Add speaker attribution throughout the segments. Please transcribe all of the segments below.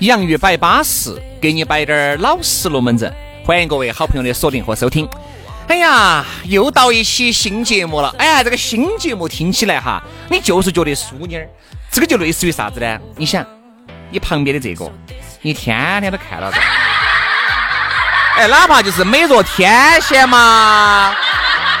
Speaker 1: 洋芋摆巴适，给你摆点儿老实龙门阵。欢迎各位好朋友的锁定和收听。哎呀，又到一期新节目了。哎呀，这个新节目听起来哈，你就是觉得淑妮儿，这个就类似于啥子呢？你想，你旁边的这个，你天天都看到的。 哎，哪怕就是美若天仙嘛，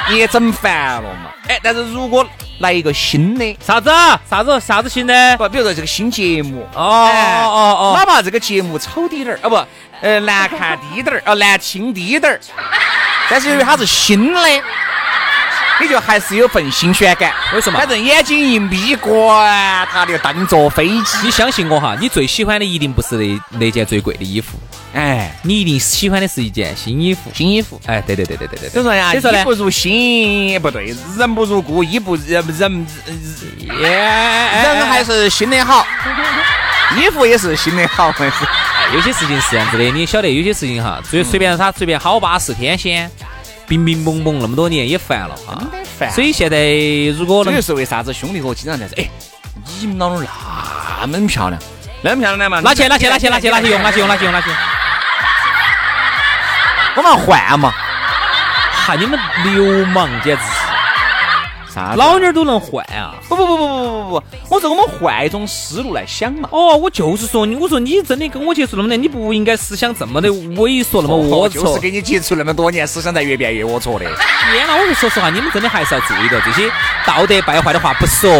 Speaker 1: 你也整烦了嘛。哎，但是如果来一个新的，
Speaker 2: 啥子？啥子？啥子新的？
Speaker 1: 不，比如说这个新节目
Speaker 2: 哦
Speaker 1: 哎
Speaker 2: 哦哦
Speaker 1: 哪怕这个节目丑低点儿啊不，呃难看低点儿啊难听低点儿，但是由于它是新的，你就还是有份新鲜感。
Speaker 2: 为什么
Speaker 1: 反正眼睛一眯，管它就当坐飞机。
Speaker 2: 你相信我哈，你最喜欢的一定不是那那件最贵的衣服，
Speaker 1: 哎，
Speaker 2: 你一定喜欢的是一件新衣服。
Speaker 1: 新衣服。
Speaker 2: 哎，对对对对对对
Speaker 1: 所
Speaker 2: 对。
Speaker 1: 以说呀，
Speaker 2: 所以说呢
Speaker 1: 衣不如新，不对，人不如故，衣不人人人
Speaker 2: 人
Speaker 1: 还是新 的好，衣服也是新的好。
Speaker 2: 有些事情是这样子的，你晓得，有些事情哈，随随便他随便好巴适，天仙，冰冰蒙蒙那么多年也烦了哈。哎
Speaker 1: 真的烦
Speaker 2: 所以现在如果
Speaker 1: 这
Speaker 2: 能
Speaker 1: 就，是为啥子兄弟伙经常在说，哎，你们老娘那么漂亮，那么漂亮嘛？
Speaker 2: 拿去拿去拿去拿去拿去用拿去用拿去用拿去。
Speaker 1: 我们要换嘛？
Speaker 2: 哈，你们流氓简直是，
Speaker 1: 啥老
Speaker 2: 老妞儿都能换啊！
Speaker 1: 不不不不不不不不，我说我们换一种思路来想嘛。
Speaker 2: 哦，我就是说你，我说你真的跟我接触那么多，你不应该思想这么的猥琐，那么龌龊。
Speaker 1: 哦就是跟你接触那么多年，思想才越变越龌龊的。
Speaker 2: 天哪！我说实话，你们真的还是要注意到这些道德败坏的话不说。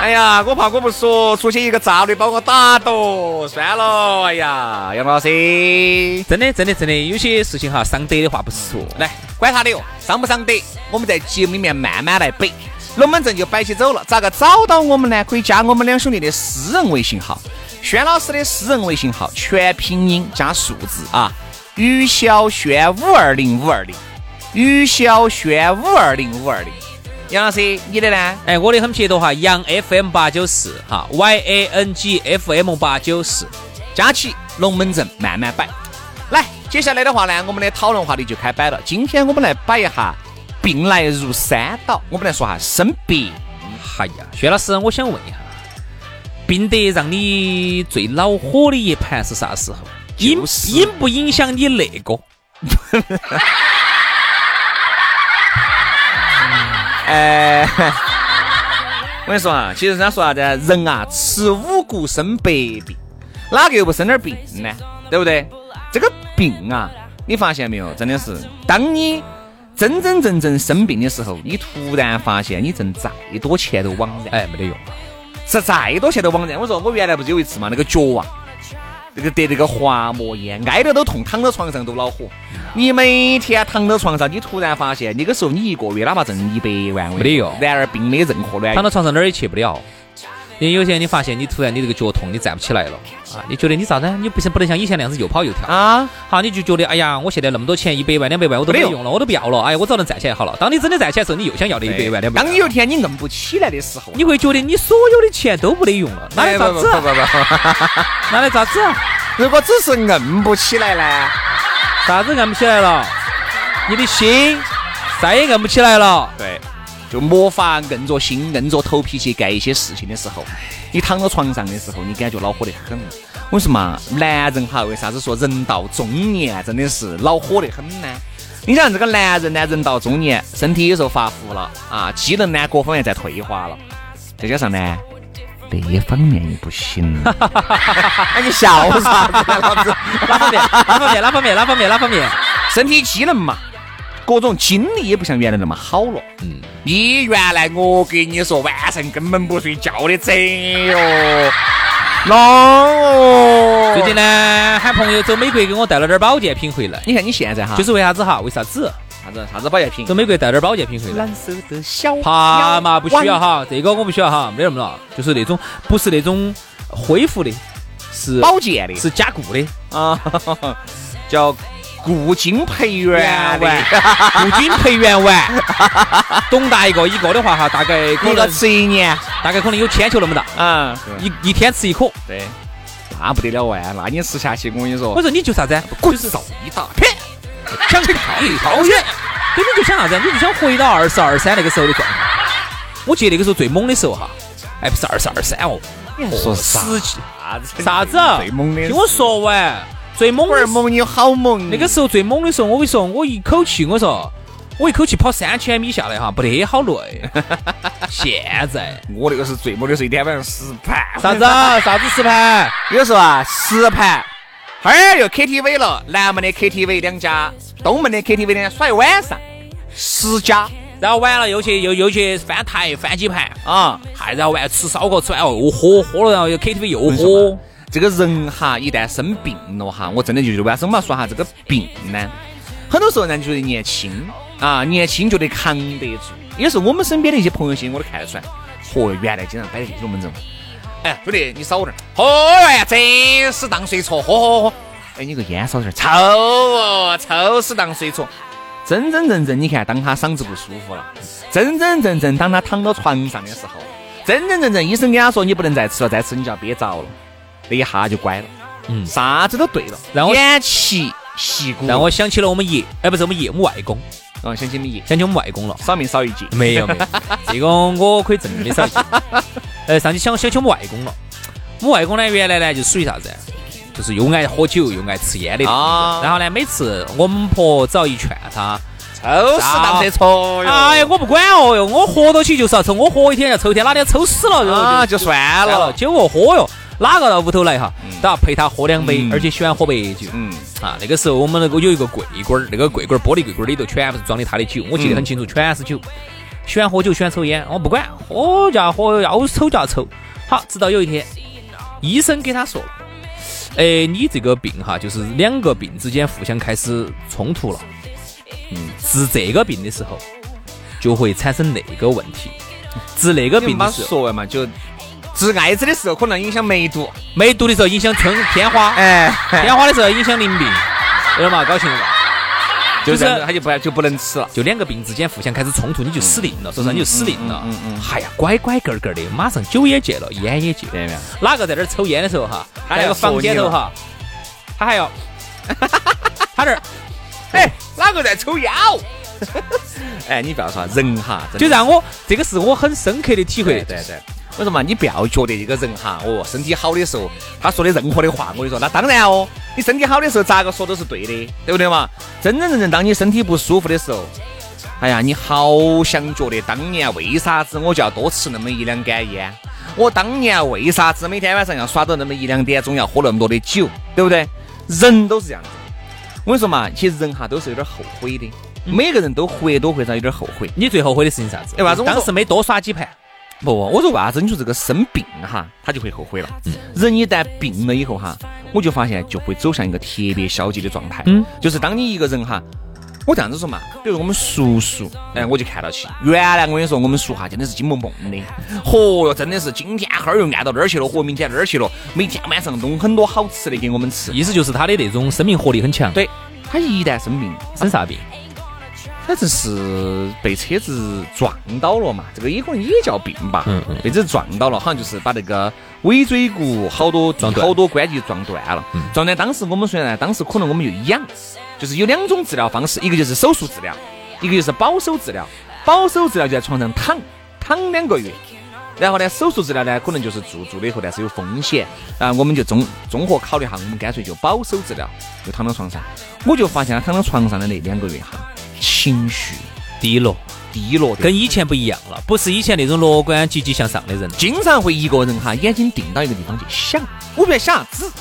Speaker 1: 哎呀，我怕我不说，出去一个渣女把我打倒，算了。哎呀，杨老师，
Speaker 2: 真的，真的，真的，有些事情哈，伤德的话不说。来，
Speaker 1: 来管他的哟，伤不伤得，我们在节目里面慢慢来摆。龙门阵就摆起走了，咋个找到我们呢？可以加我们两兄弟的私人微信号，轩老师的私人微信号，全拼音加数字啊，于小轩五二零五二零，于小轩五二零五二零。杨老师，你的呢？
Speaker 2: 哎，我的很撇头哈，杨 FM 八九四哈，Y A N G F M 八九四。
Speaker 1: 加起龙门阵慢慢摆。来，接下来的话呢，我们的讨论话题就开摆了。今天我们来摆一下病来如山倒，我们来说下生病。
Speaker 2: 哎呀，薛老师，我想问一下，病得让你最恼火的一盘是啥时候？影
Speaker 1: 就是
Speaker 2: 影不影响你那个？
Speaker 1: 哎， 我跟你说啊，其实人家说啥子，人啊，吃五谷生百病，哪个又不生点病呢？对不对？这个病啊，你发现没有？真的是，当你真真正正生病的时候，你突然发现你挣再多钱都枉然。
Speaker 2: 哎，没得用。
Speaker 1: 是再多钱都枉然。我说我原来不是有一次嘛，那个脚啊，这个得那个滑膜炎，挨着都痛，躺到床上都恼火。你每天躺到床上，你突然发现，那个时候你一个月哪怕挣一百万，
Speaker 2: 没得用
Speaker 1: 然而并没任何卵
Speaker 2: 躺
Speaker 1: 用。
Speaker 2: 到床上哪儿也去不了。因为有些人你发现你突然你这个脚痛，你站不起来了啊，你觉得你咋子呢？你不像不能像以前那样子又跑又跳啊，
Speaker 1: 啊，
Speaker 2: 好你就觉得哎呀，我现在那么多钱，一百万两百万我都没
Speaker 1: 没有
Speaker 2: 用了，我都不要了，哎，我只要能站起来好了。当你真的站起来的时候，你又想要那一百万两百
Speaker 1: 当
Speaker 2: 万
Speaker 1: 你，有一天你硬不起来的时候，
Speaker 2: 你会哎觉得你所有的钱都没得用了，拿来咋子啊
Speaker 1: 不？不不不
Speaker 2: 拿来咋子？啊
Speaker 1: 不，啊 如果只是硬不起来呢？
Speaker 2: 啥子按不起来了？你的心再也按不起来了。
Speaker 1: 对，就没法硬着心、硬着头皮去干一些事情的时候，你躺到床上的时候，你感觉恼火得很。我说嘛，男人哈，为啥子说人到中年啊真的是恼火得很呢？你想这个男人呢，人到中年，身体有时候发福了啊，机能呢各方面在退化了，再加上呢，那一方面也不行。 哎，你笑啥子啊？老子
Speaker 2: 哪方面？哪方面？哪 方面？哪方面？哪方面？
Speaker 1: 身体机能嘛，各种精力也不像原来那么好了。嗯，你原来我跟你说，晚上根本不睡觉的，这哟，那
Speaker 2: 最近呢，喊朋友走美国给我带了点保健品回来，
Speaker 1: 你看你现在哈，
Speaker 2: 就是为啥子哈？为啥子？
Speaker 1: 啥子啥子保健品
Speaker 2: 走，美国带点保健品回来。
Speaker 1: 蓝色的小
Speaker 2: 爬嘛不需要
Speaker 1: 哈，
Speaker 2: 哈，这个我不需要哈，没得那么了，就是那种不是那种恢复的，是
Speaker 1: 保健的
Speaker 2: 是加固的，
Speaker 1: 啊，叫固精培元的。
Speaker 2: 固菌培 元丸，懂大一个一个的话哈，大概可
Speaker 1: 一个
Speaker 2: 能
Speaker 1: 吃一年，
Speaker 2: 大概可能有铅球那么大，
Speaker 1: 啊，
Speaker 2: 一一天吃一颗。
Speaker 1: 对，那不得了哎，那你吃下去，我跟你说
Speaker 2: 我，说你就啥子？
Speaker 1: 滚手一大片，
Speaker 2: 想逃逃远，对，你就想啥子？你就想回到二十二三那个时候的状态。我记得那个时候最猛的时候哈，哎，不是二十二三哦，
Speaker 1: 说啥
Speaker 2: 十几
Speaker 1: 子
Speaker 2: 啥子？啊
Speaker 1: 最猛的，
Speaker 2: 听我说完，最猛
Speaker 1: 龟
Speaker 2: 的
Speaker 1: 儿猛，你好猛，
Speaker 2: 那个时候最猛的时候，我跟你说，我一口气，我说，我一口气跑三千米下来哈，不得好累。 现在
Speaker 1: 我那个是最猛的时候，一天晚上十盘，
Speaker 2: 啥子啊啥子实盘？
Speaker 1: 有时候啊，十盘。哎哈儿又 KTV 了，南门的 KTV 两家，东门的 KTV 两家耍一晚上，十家
Speaker 2: 然后完了又去又又去翻台翻几盘，
Speaker 1: 啊！
Speaker 2: 还然后完吃烧烤吃完后哦又喝喝了，然后又 KTV
Speaker 1: 哎
Speaker 2: 又喝。
Speaker 1: 这个人哈，一旦生病了哈，我真的就觉得为啥子我们要说哈这个病呢？很多时候人觉得年轻啊，年轻觉得扛得住。有时候我们身边的一些朋友些，我都看得出来，嚯，原来经常摆在这种门阵。哎，兄弟，你少点儿，哎喝完真哎是当水戳，喝喝喝。哎，你个烟少点儿，抽哦，抽是当水戳。真真正正，你看，当他嗓子不舒服了，真真正正当他躺到床上的时候，真真正正医生跟他说你不能再吃了，再吃你就要憋着了。那一下就乖了，
Speaker 2: 嗯
Speaker 1: 啥子都对了，
Speaker 2: 让我
Speaker 1: 偃旗息鼓，
Speaker 2: 让我想起了我们爷，哎，不是我们爷，我们外公，
Speaker 1: 嗯，想起你爷
Speaker 2: 想起我们外公了。
Speaker 1: 少命少一劫，
Speaker 2: 没有没有， 这个我可以证明 的噻。呃，上去想想起我们外公了，我们外公呢原来呢就属于啥子啊，就是又爱喝酒又爱吃烟的。
Speaker 1: 啊
Speaker 2: 然后呢，每次我们婆只要一劝他，
Speaker 1: 都是当这错哟，
Speaker 2: 哎呀，我不管哦哟，我活到起就是要抽，我活一天要抽一天，哪天抽死了就
Speaker 1: 啊就算
Speaker 2: 算了，
Speaker 1: 了，
Speaker 2: 酒我喝哟。哪个到屋头来哈，
Speaker 1: 嗯
Speaker 2: 都要陪他喝两杯，
Speaker 1: 嗯
Speaker 2: 而且喜欢喝白酒
Speaker 1: 嗯，
Speaker 2: 啊。那个时候我们那个有一个柜柜儿，那个柜柜儿玻璃柜柜儿里头全部是装的他的
Speaker 1: 嗯
Speaker 2: 酒，我记得很清楚，全是酒。喜欢喝酒，喜欢抽烟，我不管，喝就要喝，要抽就要抽。好，直到有一天，医生给他说了，哎，你这个病哈，就是两个病之间互相开始冲突了。嗯，治这个病的时候，就会产生那个问题；治那个
Speaker 1: 你
Speaker 2: 病
Speaker 1: 妈
Speaker 2: 的时候，
Speaker 1: 说完嘛，就治艾滋的时候可能影响梅毒，
Speaker 2: 梅毒的时候影响 春天花，
Speaker 1: 哎，
Speaker 2: 天花的时候影响哎淋病，有点嘛，搞清楚嘛。就
Speaker 1: 就
Speaker 2: 是
Speaker 1: 这样子他就不就不能吃了，
Speaker 2: 就两个病之间互相开始冲突，你就死定了，说实话你就死定了。
Speaker 1: 嗯嗯嗯嗯
Speaker 2: 哎呀，乖乖个儿个儿的，马上酒也戒了，烟也戒了。
Speaker 1: 对没有？
Speaker 2: 哪个在这儿抽烟的时候哈，
Speaker 1: 他
Speaker 2: 在那
Speaker 1: 要
Speaker 2: 个
Speaker 1: 说
Speaker 2: 房间
Speaker 1: 你
Speaker 2: 头
Speaker 1: 了
Speaker 2: 哈，他还 要，他这儿
Speaker 1: 哎，哪个在抽烟哦？ 哎，你不要说人哈，真的
Speaker 2: 就让我这个是我很深刻的体会
Speaker 1: 哦对。对对。我说嘛，你不要觉得一个人哈，哦，身体好的时候，他说的任何的话，我跟你说，那当然哦，你身体好的时候，咋个说都是对的，对不对嘛？真真正正，当你身体不舒服的时候，哎呀，你好想觉得当年为啥子我就要多吃那么一两杆烟？我当年为啥子每天晚上要耍到那么一两点钟，要喝那么多的酒，对不对？人都是这样子。我跟你说嘛，其实人哈都是有点后悔的，每个人都或多或少有点后悔。
Speaker 2: 你最后悔的事情是啥子？
Speaker 1: 哎为啥子我说
Speaker 2: 当时没多耍几盘。
Speaker 1: 不不，我说为啥子你说这个生病哈，他就会后悔了。
Speaker 2: 嗯
Speaker 1: 人一旦病了以后哈，我就发现就会走向一个特别消极的状态。
Speaker 2: 嗯，
Speaker 1: 就是当你一个人哈，我这样子说嘛，比如我们叔叔，哎，我就看到起，原来我跟你说，我们叔哈真的是金梦梦的，嚯哟，真的是今天哈儿又按到那儿去了，嚯，明天那儿去了，每天晚上弄很多好吃的给我们吃。
Speaker 2: 意思就是他的那种生命活力很强。，
Speaker 1: 对，他一旦生病，
Speaker 2: 生啥病？
Speaker 1: 反正是被车子撞到了嘛，这个也可能也叫病吧。
Speaker 2: 嗯嗯
Speaker 1: 被车子撞到了，好像就是把那个尾椎骨好多
Speaker 2: 撞断
Speaker 1: 好多关节撞断了。撞断当时我们虽然当时可能我们就养，就是有两种治疗方式，一个就是手术治疗，一个就是保守治疗。保守治疗就在床上躺躺两个月。然后呢，手术治疗呢，可能就是做做了以后，但是有风险啊，我们就综综合考虑下，我们干脆就保守治疗，就躺到床上。我就发现他躺到床上的那两个月哈，情绪
Speaker 2: 低落、
Speaker 1: 低落的，
Speaker 2: 跟以前不一样了，不是以前那种乐观积极向上的人了。
Speaker 1: 经常会一个人哈，眼睛盯到一个地方去想，我不晓得想啥子，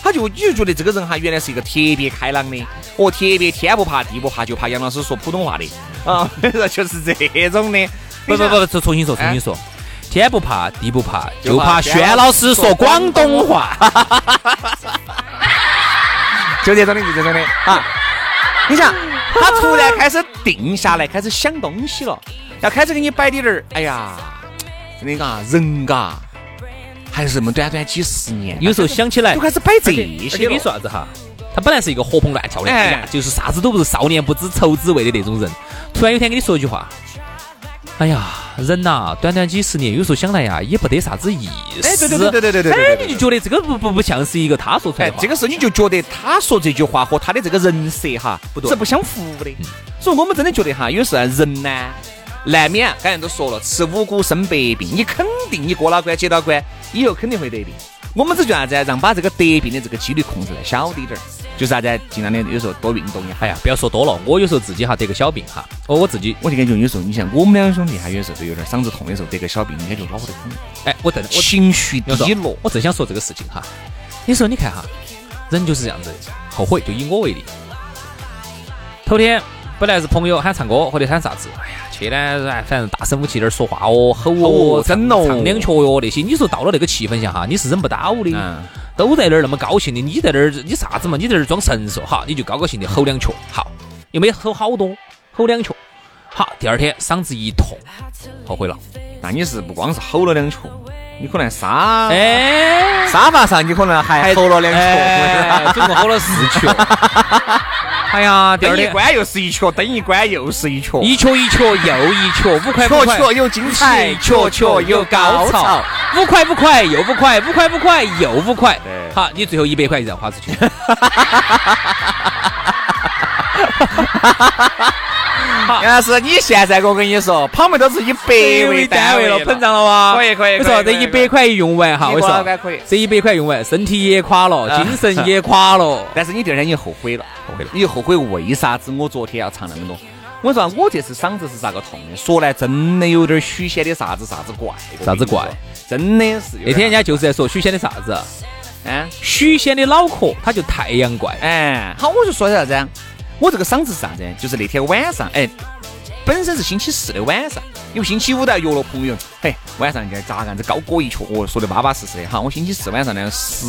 Speaker 1: 他就你就觉得这个人哈，原来是一个特别开朗的，哦，特别天不怕地不怕，就怕杨老师说普通话的啊， 就是这种的。
Speaker 2: 不不不，重重新说，
Speaker 1: 哎
Speaker 2: 重新说。天不怕地不怕，就怕轩老师说广东话。
Speaker 1: 就这种的，就这种的啊！你想，他突然开始定下来，开始想东西了，要开始给你摆点儿。哎呀，真的嘎，人嘎，还是这么短短几十年，啊
Speaker 2: 有时候想起来
Speaker 1: 就开始摆这
Speaker 2: 而
Speaker 1: 些
Speaker 2: 且你
Speaker 1: 了。
Speaker 2: 说啥子哈？他本来是一个活蹦乱跳的，哎呀
Speaker 1: 哎，
Speaker 2: 就是啥子都不是，少年不知愁滋味的那种人。突然有一天跟你说一句话，哎呀，人呐、短短几十年，有时候想来呀，也不得啥子意思。
Speaker 1: 哎对对对对对对对对
Speaker 2: 哎，
Speaker 1: 对
Speaker 2: 你就觉得这个不不不像是一个他说出来
Speaker 1: 哎
Speaker 2: 的，话。
Speaker 1: 这个时候你就觉得他说这句话和他的这个人设哈
Speaker 2: 不对嗯
Speaker 1: 是不相符的，所以我们真的觉得哈，有时候啊人呢，难免刚才都说了，吃五谷生百病，你肯定你过了关接到关，以后肯定会得病。我们只叫啥子啊？让把这个得病的这个几率控制在小滴点儿，就是啥子啊？尽量的有时候多运动一下。
Speaker 2: 哎呀，不要说多了，我有时候自己哈得个小病哈，哦，我自己，
Speaker 1: 我就感觉有时候，你像我们两兄弟哈，有时候都有点嗓子痛的时候得个小病，你感觉恼得很，
Speaker 2: 哎，我真的我
Speaker 1: 情绪
Speaker 2: 刘总
Speaker 1: 低落。
Speaker 2: 我正想说这个事情哈。你说，你看哈，人就是这样子，后悔就以我为例。头天本来是朋友喊唱歌或者喊啥子，哎呀，去呢，哎，反正大声武器点儿说话哦，吼哦，
Speaker 1: 哦真哦
Speaker 2: 唱两曲哟那些。你说到了那个气氛下哈，你是忍不到的，
Speaker 1: 嗯
Speaker 2: 都在那儿那么高兴的，你在那儿你啥子嘛？你在那儿装神兽哈，你就高高兴的吼两曲，好，又没吼好多，吼两曲，好，第二天嗓子一痛，后悔了，
Speaker 1: 那你是不光是吼了两球，你可能沙
Speaker 2: 哎。
Speaker 1: 沙发上你可能还吼
Speaker 2: 啊
Speaker 1: 了两球。
Speaker 2: 哎，总共吼了四球。哎 呀，第二
Speaker 1: 灯一
Speaker 2: 天
Speaker 1: 关又是一球，灯一关又是一 球，
Speaker 2: 一球一球又一球，五块五
Speaker 1: 球
Speaker 2: 块
Speaker 1: 球又精彩，球
Speaker 2: 球
Speaker 1: 球
Speaker 2: 球
Speaker 1: 哎又
Speaker 2: 又
Speaker 1: 高
Speaker 2: 高
Speaker 1: 潮
Speaker 2: 潮。，五块五块又五块，五块五块又五块
Speaker 1: 对。
Speaker 2: 好，你最后一百块一让花出 去。
Speaker 1: 杨老师，你现在我跟你说，旁边都是以百为单位
Speaker 2: 了，
Speaker 1: 了，
Speaker 2: 膨胀了吧？
Speaker 1: 可以可以
Speaker 2: 我说
Speaker 1: 可
Speaker 2: 这
Speaker 1: 以可以
Speaker 2: 一百块用完哈，
Speaker 1: 一
Speaker 2: 我
Speaker 1: 锅
Speaker 2: 说
Speaker 1: 老干可以
Speaker 2: 这一百块啊用完，身体也垮了，精神也垮 了。
Speaker 1: 但是你第二天你后悔了，后悔了，你就后悔为啥子我昨天要唱那么多？我说我这次嗓子是咋个痛的？说来真的有点许仙的啥子啥子怪，我跟你说
Speaker 2: 啥子怪？
Speaker 1: 真的是
Speaker 2: 那
Speaker 1: 有点
Speaker 2: 天人家就是在说许仙的啥子，
Speaker 1: 嗯
Speaker 2: 许仙的脑壳他就太阳怪。
Speaker 1: 哎，好，我就说啥子啊？我这个嗓子是啥子？就是那天晚上，哎，本身是星期四的晚上，因为星期五都要约了朋友，嘿，晚上该咋个样子高歌一曲，哦，说的巴巴适适的。好，我星期四晚上呢，十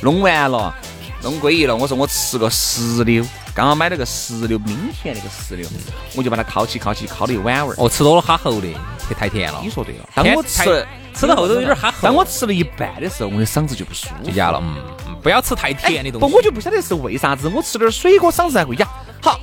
Speaker 1: 弄完了，弄归一了，我说我吃个石榴，刚好买了个石榴，明天那个石榴，我就把它烤起烤起，烤了一碗味儿。
Speaker 2: 哦，吃多了哈喉的，太太甜了
Speaker 1: 你。说对了，当我吃了
Speaker 2: 吃到后头有点哈喉
Speaker 1: 当我吃了一半的时候，我的嗓子就不舒
Speaker 2: 就
Speaker 1: 服
Speaker 2: 压了，嗯，嗯不要吃太甜的东西。
Speaker 1: 哎不，我就不晓得是为啥子，我吃点儿水果嗓子还会哑。好，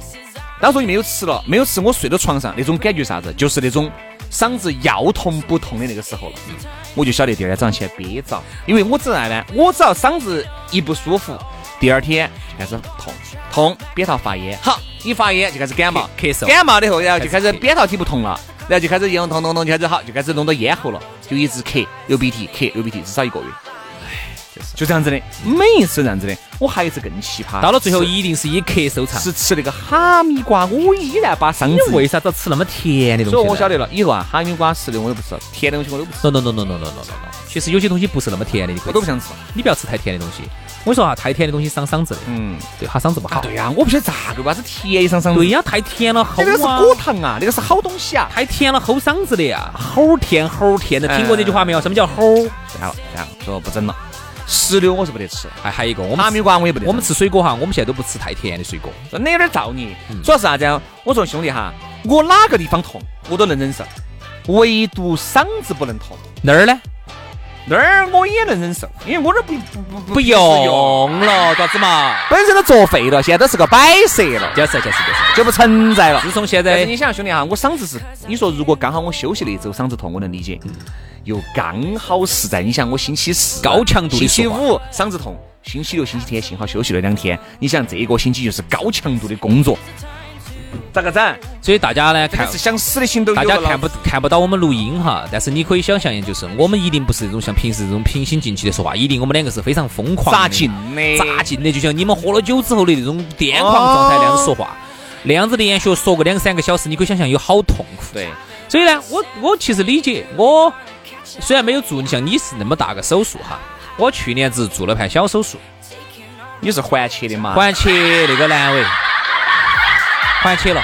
Speaker 1: 当时我就没有吃了，没有吃，我睡到床上那种感觉啥子，就是那种嗓子要痛不痛的那个时候了。
Speaker 2: 嗯
Speaker 1: 我就晓得第二天早上起来憋着，因为我只要呢，我只要嗓子一不舒服，第二天就开始痛，痛扁桃发炎，好，一发炎就开始感冒，
Speaker 2: 咳咳嗽
Speaker 1: 感冒了以后，然后就开
Speaker 2: 开
Speaker 1: 始
Speaker 2: 始
Speaker 1: 扁桃体不痛了。然后就开始咽痛痛痛，就开始好，就开始弄到咽喉了，就一直咳，流鼻涕，咳，流鼻涕，至少一个月。就这样子的，每一次这样子的，我还有一次更奇葩，
Speaker 2: 到了最后一定是以咳收场。
Speaker 1: 是吃那个哈密瓜，我依然把嗓
Speaker 2: 你
Speaker 1: 子。
Speaker 2: 为啥子要吃那么甜的东西？
Speaker 1: 所以我晓。得了，以后啊，哈密瓜吃的我都不吃，甜的东西我都不吃，
Speaker 2: No no no no no no no no, no。其实有些东西不是那么甜的，你可
Speaker 1: 我
Speaker 2: 以
Speaker 1: 都不想吃。
Speaker 2: 你不要吃太甜的东西。我说啊，太甜的东西伤嗓子的，
Speaker 1: 嗯，
Speaker 2: 对哈嗓子不
Speaker 1: 啊
Speaker 2: 好。
Speaker 1: 对呀、我不晓得咋个，为啥子甜一上上。
Speaker 2: 对呀，太甜了齁
Speaker 1: 这个是
Speaker 2: 啊。
Speaker 1: 果糖啊，那个是好东西啊。
Speaker 2: 太甜了齁嗓子的呀，齁甜齁甜的。听过这句话没有？什么叫齁？
Speaker 1: 算了算了，说不整了。石榴我是不得吃，
Speaker 2: 哎，还有一个我
Speaker 1: 哈密
Speaker 2: 们
Speaker 1: 瓜我也不得吃。
Speaker 2: 我们吃水果哈，我们现在都不吃太甜的水果。
Speaker 1: 真的有点造孽。主要是啥子啊？我说兄弟哈，我哪个地方痛我都能忍受，唯独嗓子不能痛。
Speaker 2: 那儿呢？
Speaker 1: 那儿我也能忍受，因为我这儿不不不不
Speaker 2: 不用了，咋子嘛？
Speaker 1: 本身都作废了，现在都是个摆设了，
Speaker 2: 就是就是就是。
Speaker 1: 就不存在了。
Speaker 2: 自从现
Speaker 1: 但是
Speaker 2: 在
Speaker 1: 你想，兄弟啊哈，我嗓子是，你说如果刚好我休息了一周，嗓子痛，我能理解。又刚好是在你想，我星期四
Speaker 2: 高强度的
Speaker 1: 星期
Speaker 2: 说话
Speaker 1: 五嗓子痛，星期六、星期天幸好休息了两天。你想这个星期就是高强度的工作，咋个整？
Speaker 2: 所以大家呢
Speaker 1: 这个
Speaker 2: 看
Speaker 1: 是。想死的 心都有
Speaker 2: 大
Speaker 1: 了。
Speaker 2: 家看不看不到我们录音哈，但是你可以想象一下，就是我们一定不是那种像平时这种平心静气的说话，一定我们两个是非常疯狂的
Speaker 1: 咋进的？哦
Speaker 2: 扎劲的，就像你们喝了酒之后的那种癫狂状态那样说话。那样子的研学说个两三个小时，你可以想象有好痛苦。
Speaker 1: 对，
Speaker 2: 所以呢，我我其实理解，我虽然没有做像你是那么大个手术哈，我去年只做了盘小手术，
Speaker 1: 你是环切的嘛？
Speaker 2: 环切那个阑尾，环切了。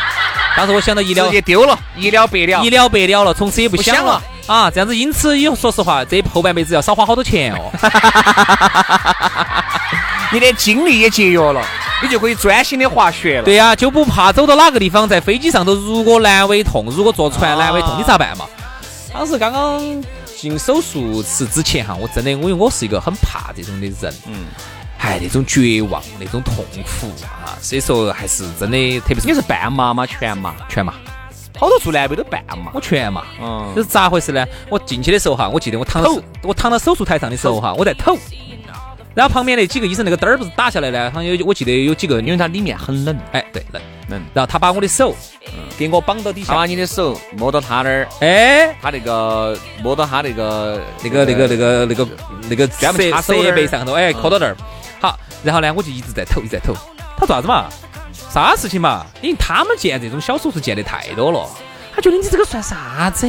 Speaker 2: 当时我想到医疗
Speaker 1: 直接丢了，一了百了
Speaker 2: 一。了百了了，从此也不想
Speaker 1: 不想了
Speaker 2: 啊。这样子，因此以后说实话，这后半辈子要少花好多 钱哦。
Speaker 1: 你的精力也节约了，你就可以专心的滑雪了。
Speaker 2: 对呀、就不怕走到哪个地方，在飞机上头，如果阑尾痛，如果坐船
Speaker 1: 啊
Speaker 2: 阑尾痛，你咋办嘛？当时刚刚进手术室之前哈，我真的，因为我是一个很怕这种的人，
Speaker 1: 嗯，
Speaker 2: 哎，那种绝望，那种痛苦啊，所以说还是真的，特别是
Speaker 1: 你是半麻吗？全麻？
Speaker 2: 全麻，
Speaker 1: 好多做南北都半麻。
Speaker 2: 我全麻。
Speaker 1: 嗯
Speaker 2: 这是咋回事呢？我进去的时候哈，我记得我躺到
Speaker 1: 透
Speaker 2: 我躺到手术台上的时候哈，我在抖。然后旁边那几个医生那个灯儿不是打下来呢，好像有我记得有几个
Speaker 1: 因为它里面很冷，
Speaker 2: 哎对冷
Speaker 1: 冷
Speaker 2: 然后他把我的手嗯给我绑到底
Speaker 1: 他
Speaker 2: 下，
Speaker 1: 把你的手摸到他那儿，
Speaker 2: 哎
Speaker 1: 他那个摸到他那个
Speaker 2: 那个那个那个那个那个
Speaker 1: 专门
Speaker 2: 设
Speaker 1: 插手嗯
Speaker 2: 设
Speaker 1: 的
Speaker 2: 备上头哎磕到那儿，好，然后呢我就一直在抖一直在抖，他做啥子嘛？啥事情嘛？因为他们见这种小手术见的太多了，他觉得你这个算啥 子？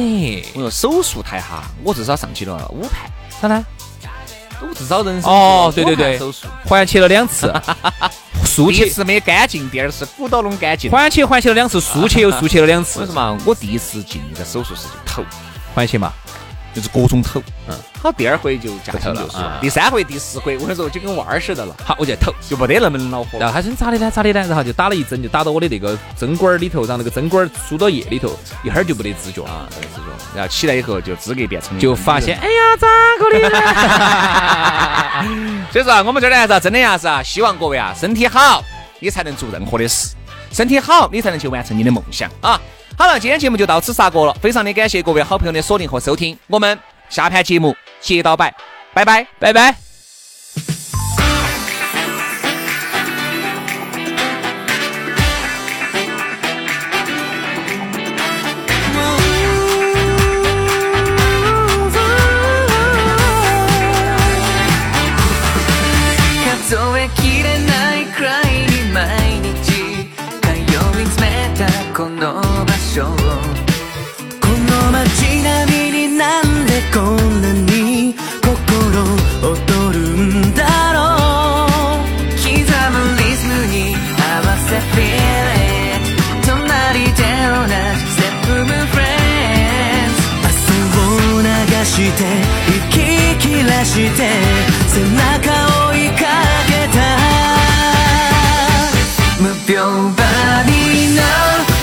Speaker 1: 我说手术台哈，我至少上去了五盘，
Speaker 2: 啥呢？
Speaker 1: 我至少人生
Speaker 2: 哦
Speaker 1: 做
Speaker 2: 对
Speaker 1: 了五
Speaker 2: 对
Speaker 1: 盘
Speaker 2: 对
Speaker 1: 手术
Speaker 2: 环切了两 次，竖
Speaker 1: 第一
Speaker 2: 切
Speaker 1: 次没干净，第二次鼓捣弄干净。
Speaker 2: 缓切缓切了两次，竖切又竖切了两
Speaker 1: 为
Speaker 2: 次
Speaker 1: 什，么？我第一次进那个手术室就头，
Speaker 2: 缓切嘛，
Speaker 1: 就是各种头。嗯，好，第二回就驾轻就
Speaker 2: 不
Speaker 1: 熟
Speaker 2: 头了啊
Speaker 1: 了，第三回、第四回，我跟你说就跟娃儿似的了，
Speaker 2: 好，我就在抖。
Speaker 1: 就没得那么恼火
Speaker 2: 然。后他说你咋的呢？咋的呢？然后就打了一针，就打到我的那个针管儿里头，让那个针管儿输到液里头，一会儿就没得知觉了，
Speaker 1: 啊，这种，然后起来以后就资格变成
Speaker 2: 就发现，哎呀，咋个的呢？
Speaker 1: 所以说啊，我们这儿呢，啥真的呀是啊，希望各位啊身体好，你才能做任何的事；身体好，你才能去完成你的梦想啊。好了，今天节目就到此杀过了，非常的感谢各位好朋友的锁定和收听，我们下盘节目接到摆，拜拜，拜拜。
Speaker 3: 数えきれないくらいに毎日通い詰めたこの場所をこの街並みになんでこんなに心躍るんだろう刻むリズムに合わせ Feel it 隣で同じ Step Room Friends 明日を流して息切らして背中を追いかけた無病バディの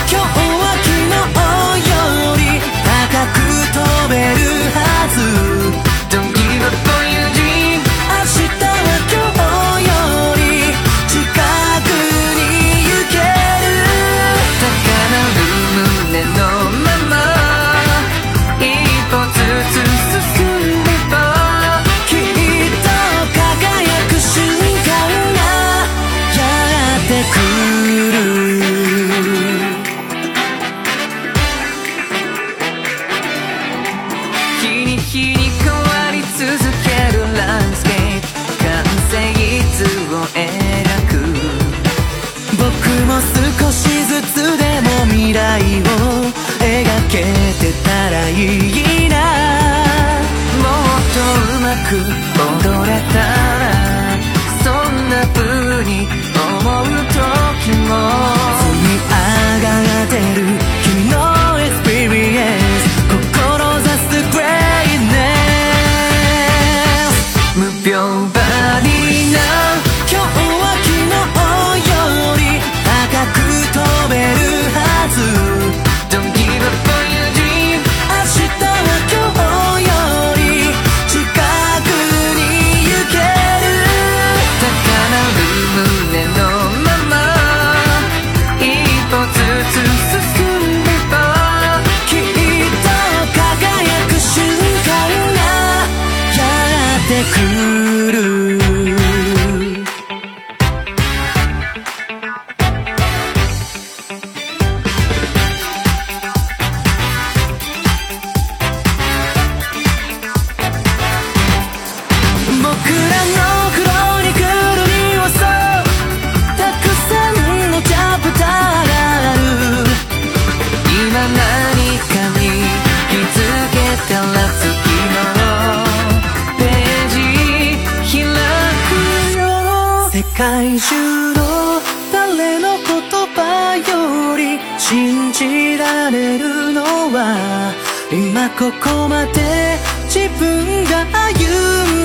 Speaker 3: 今日は昨日より高く飛べるはず Don't give up on your dream 明日は今日より近くに行ける高鳴る胸のまま一歩ずつ進んでこうきっと輝く瞬間がやってくる日に日に変わり続けるランスケープ完成図を描く僕も少しずつでも未来を描けてたらいいなもっとうまく踊れたらそんな風に思う時も積み上がってる君のエスピリエンス志すグレイネス無病バディな今日は昨日より高く飛べるはず Don't give up on your dream 明日は今日より近くに行ける高鳴る胸のまま一歩ずつ進んでこうきっと輝く瞬間がやってくる僕らの黒に黒にはそうたくさんのチャプターがあ界中の誰の言葉より信じられるのは今ここまで自分が歩んだ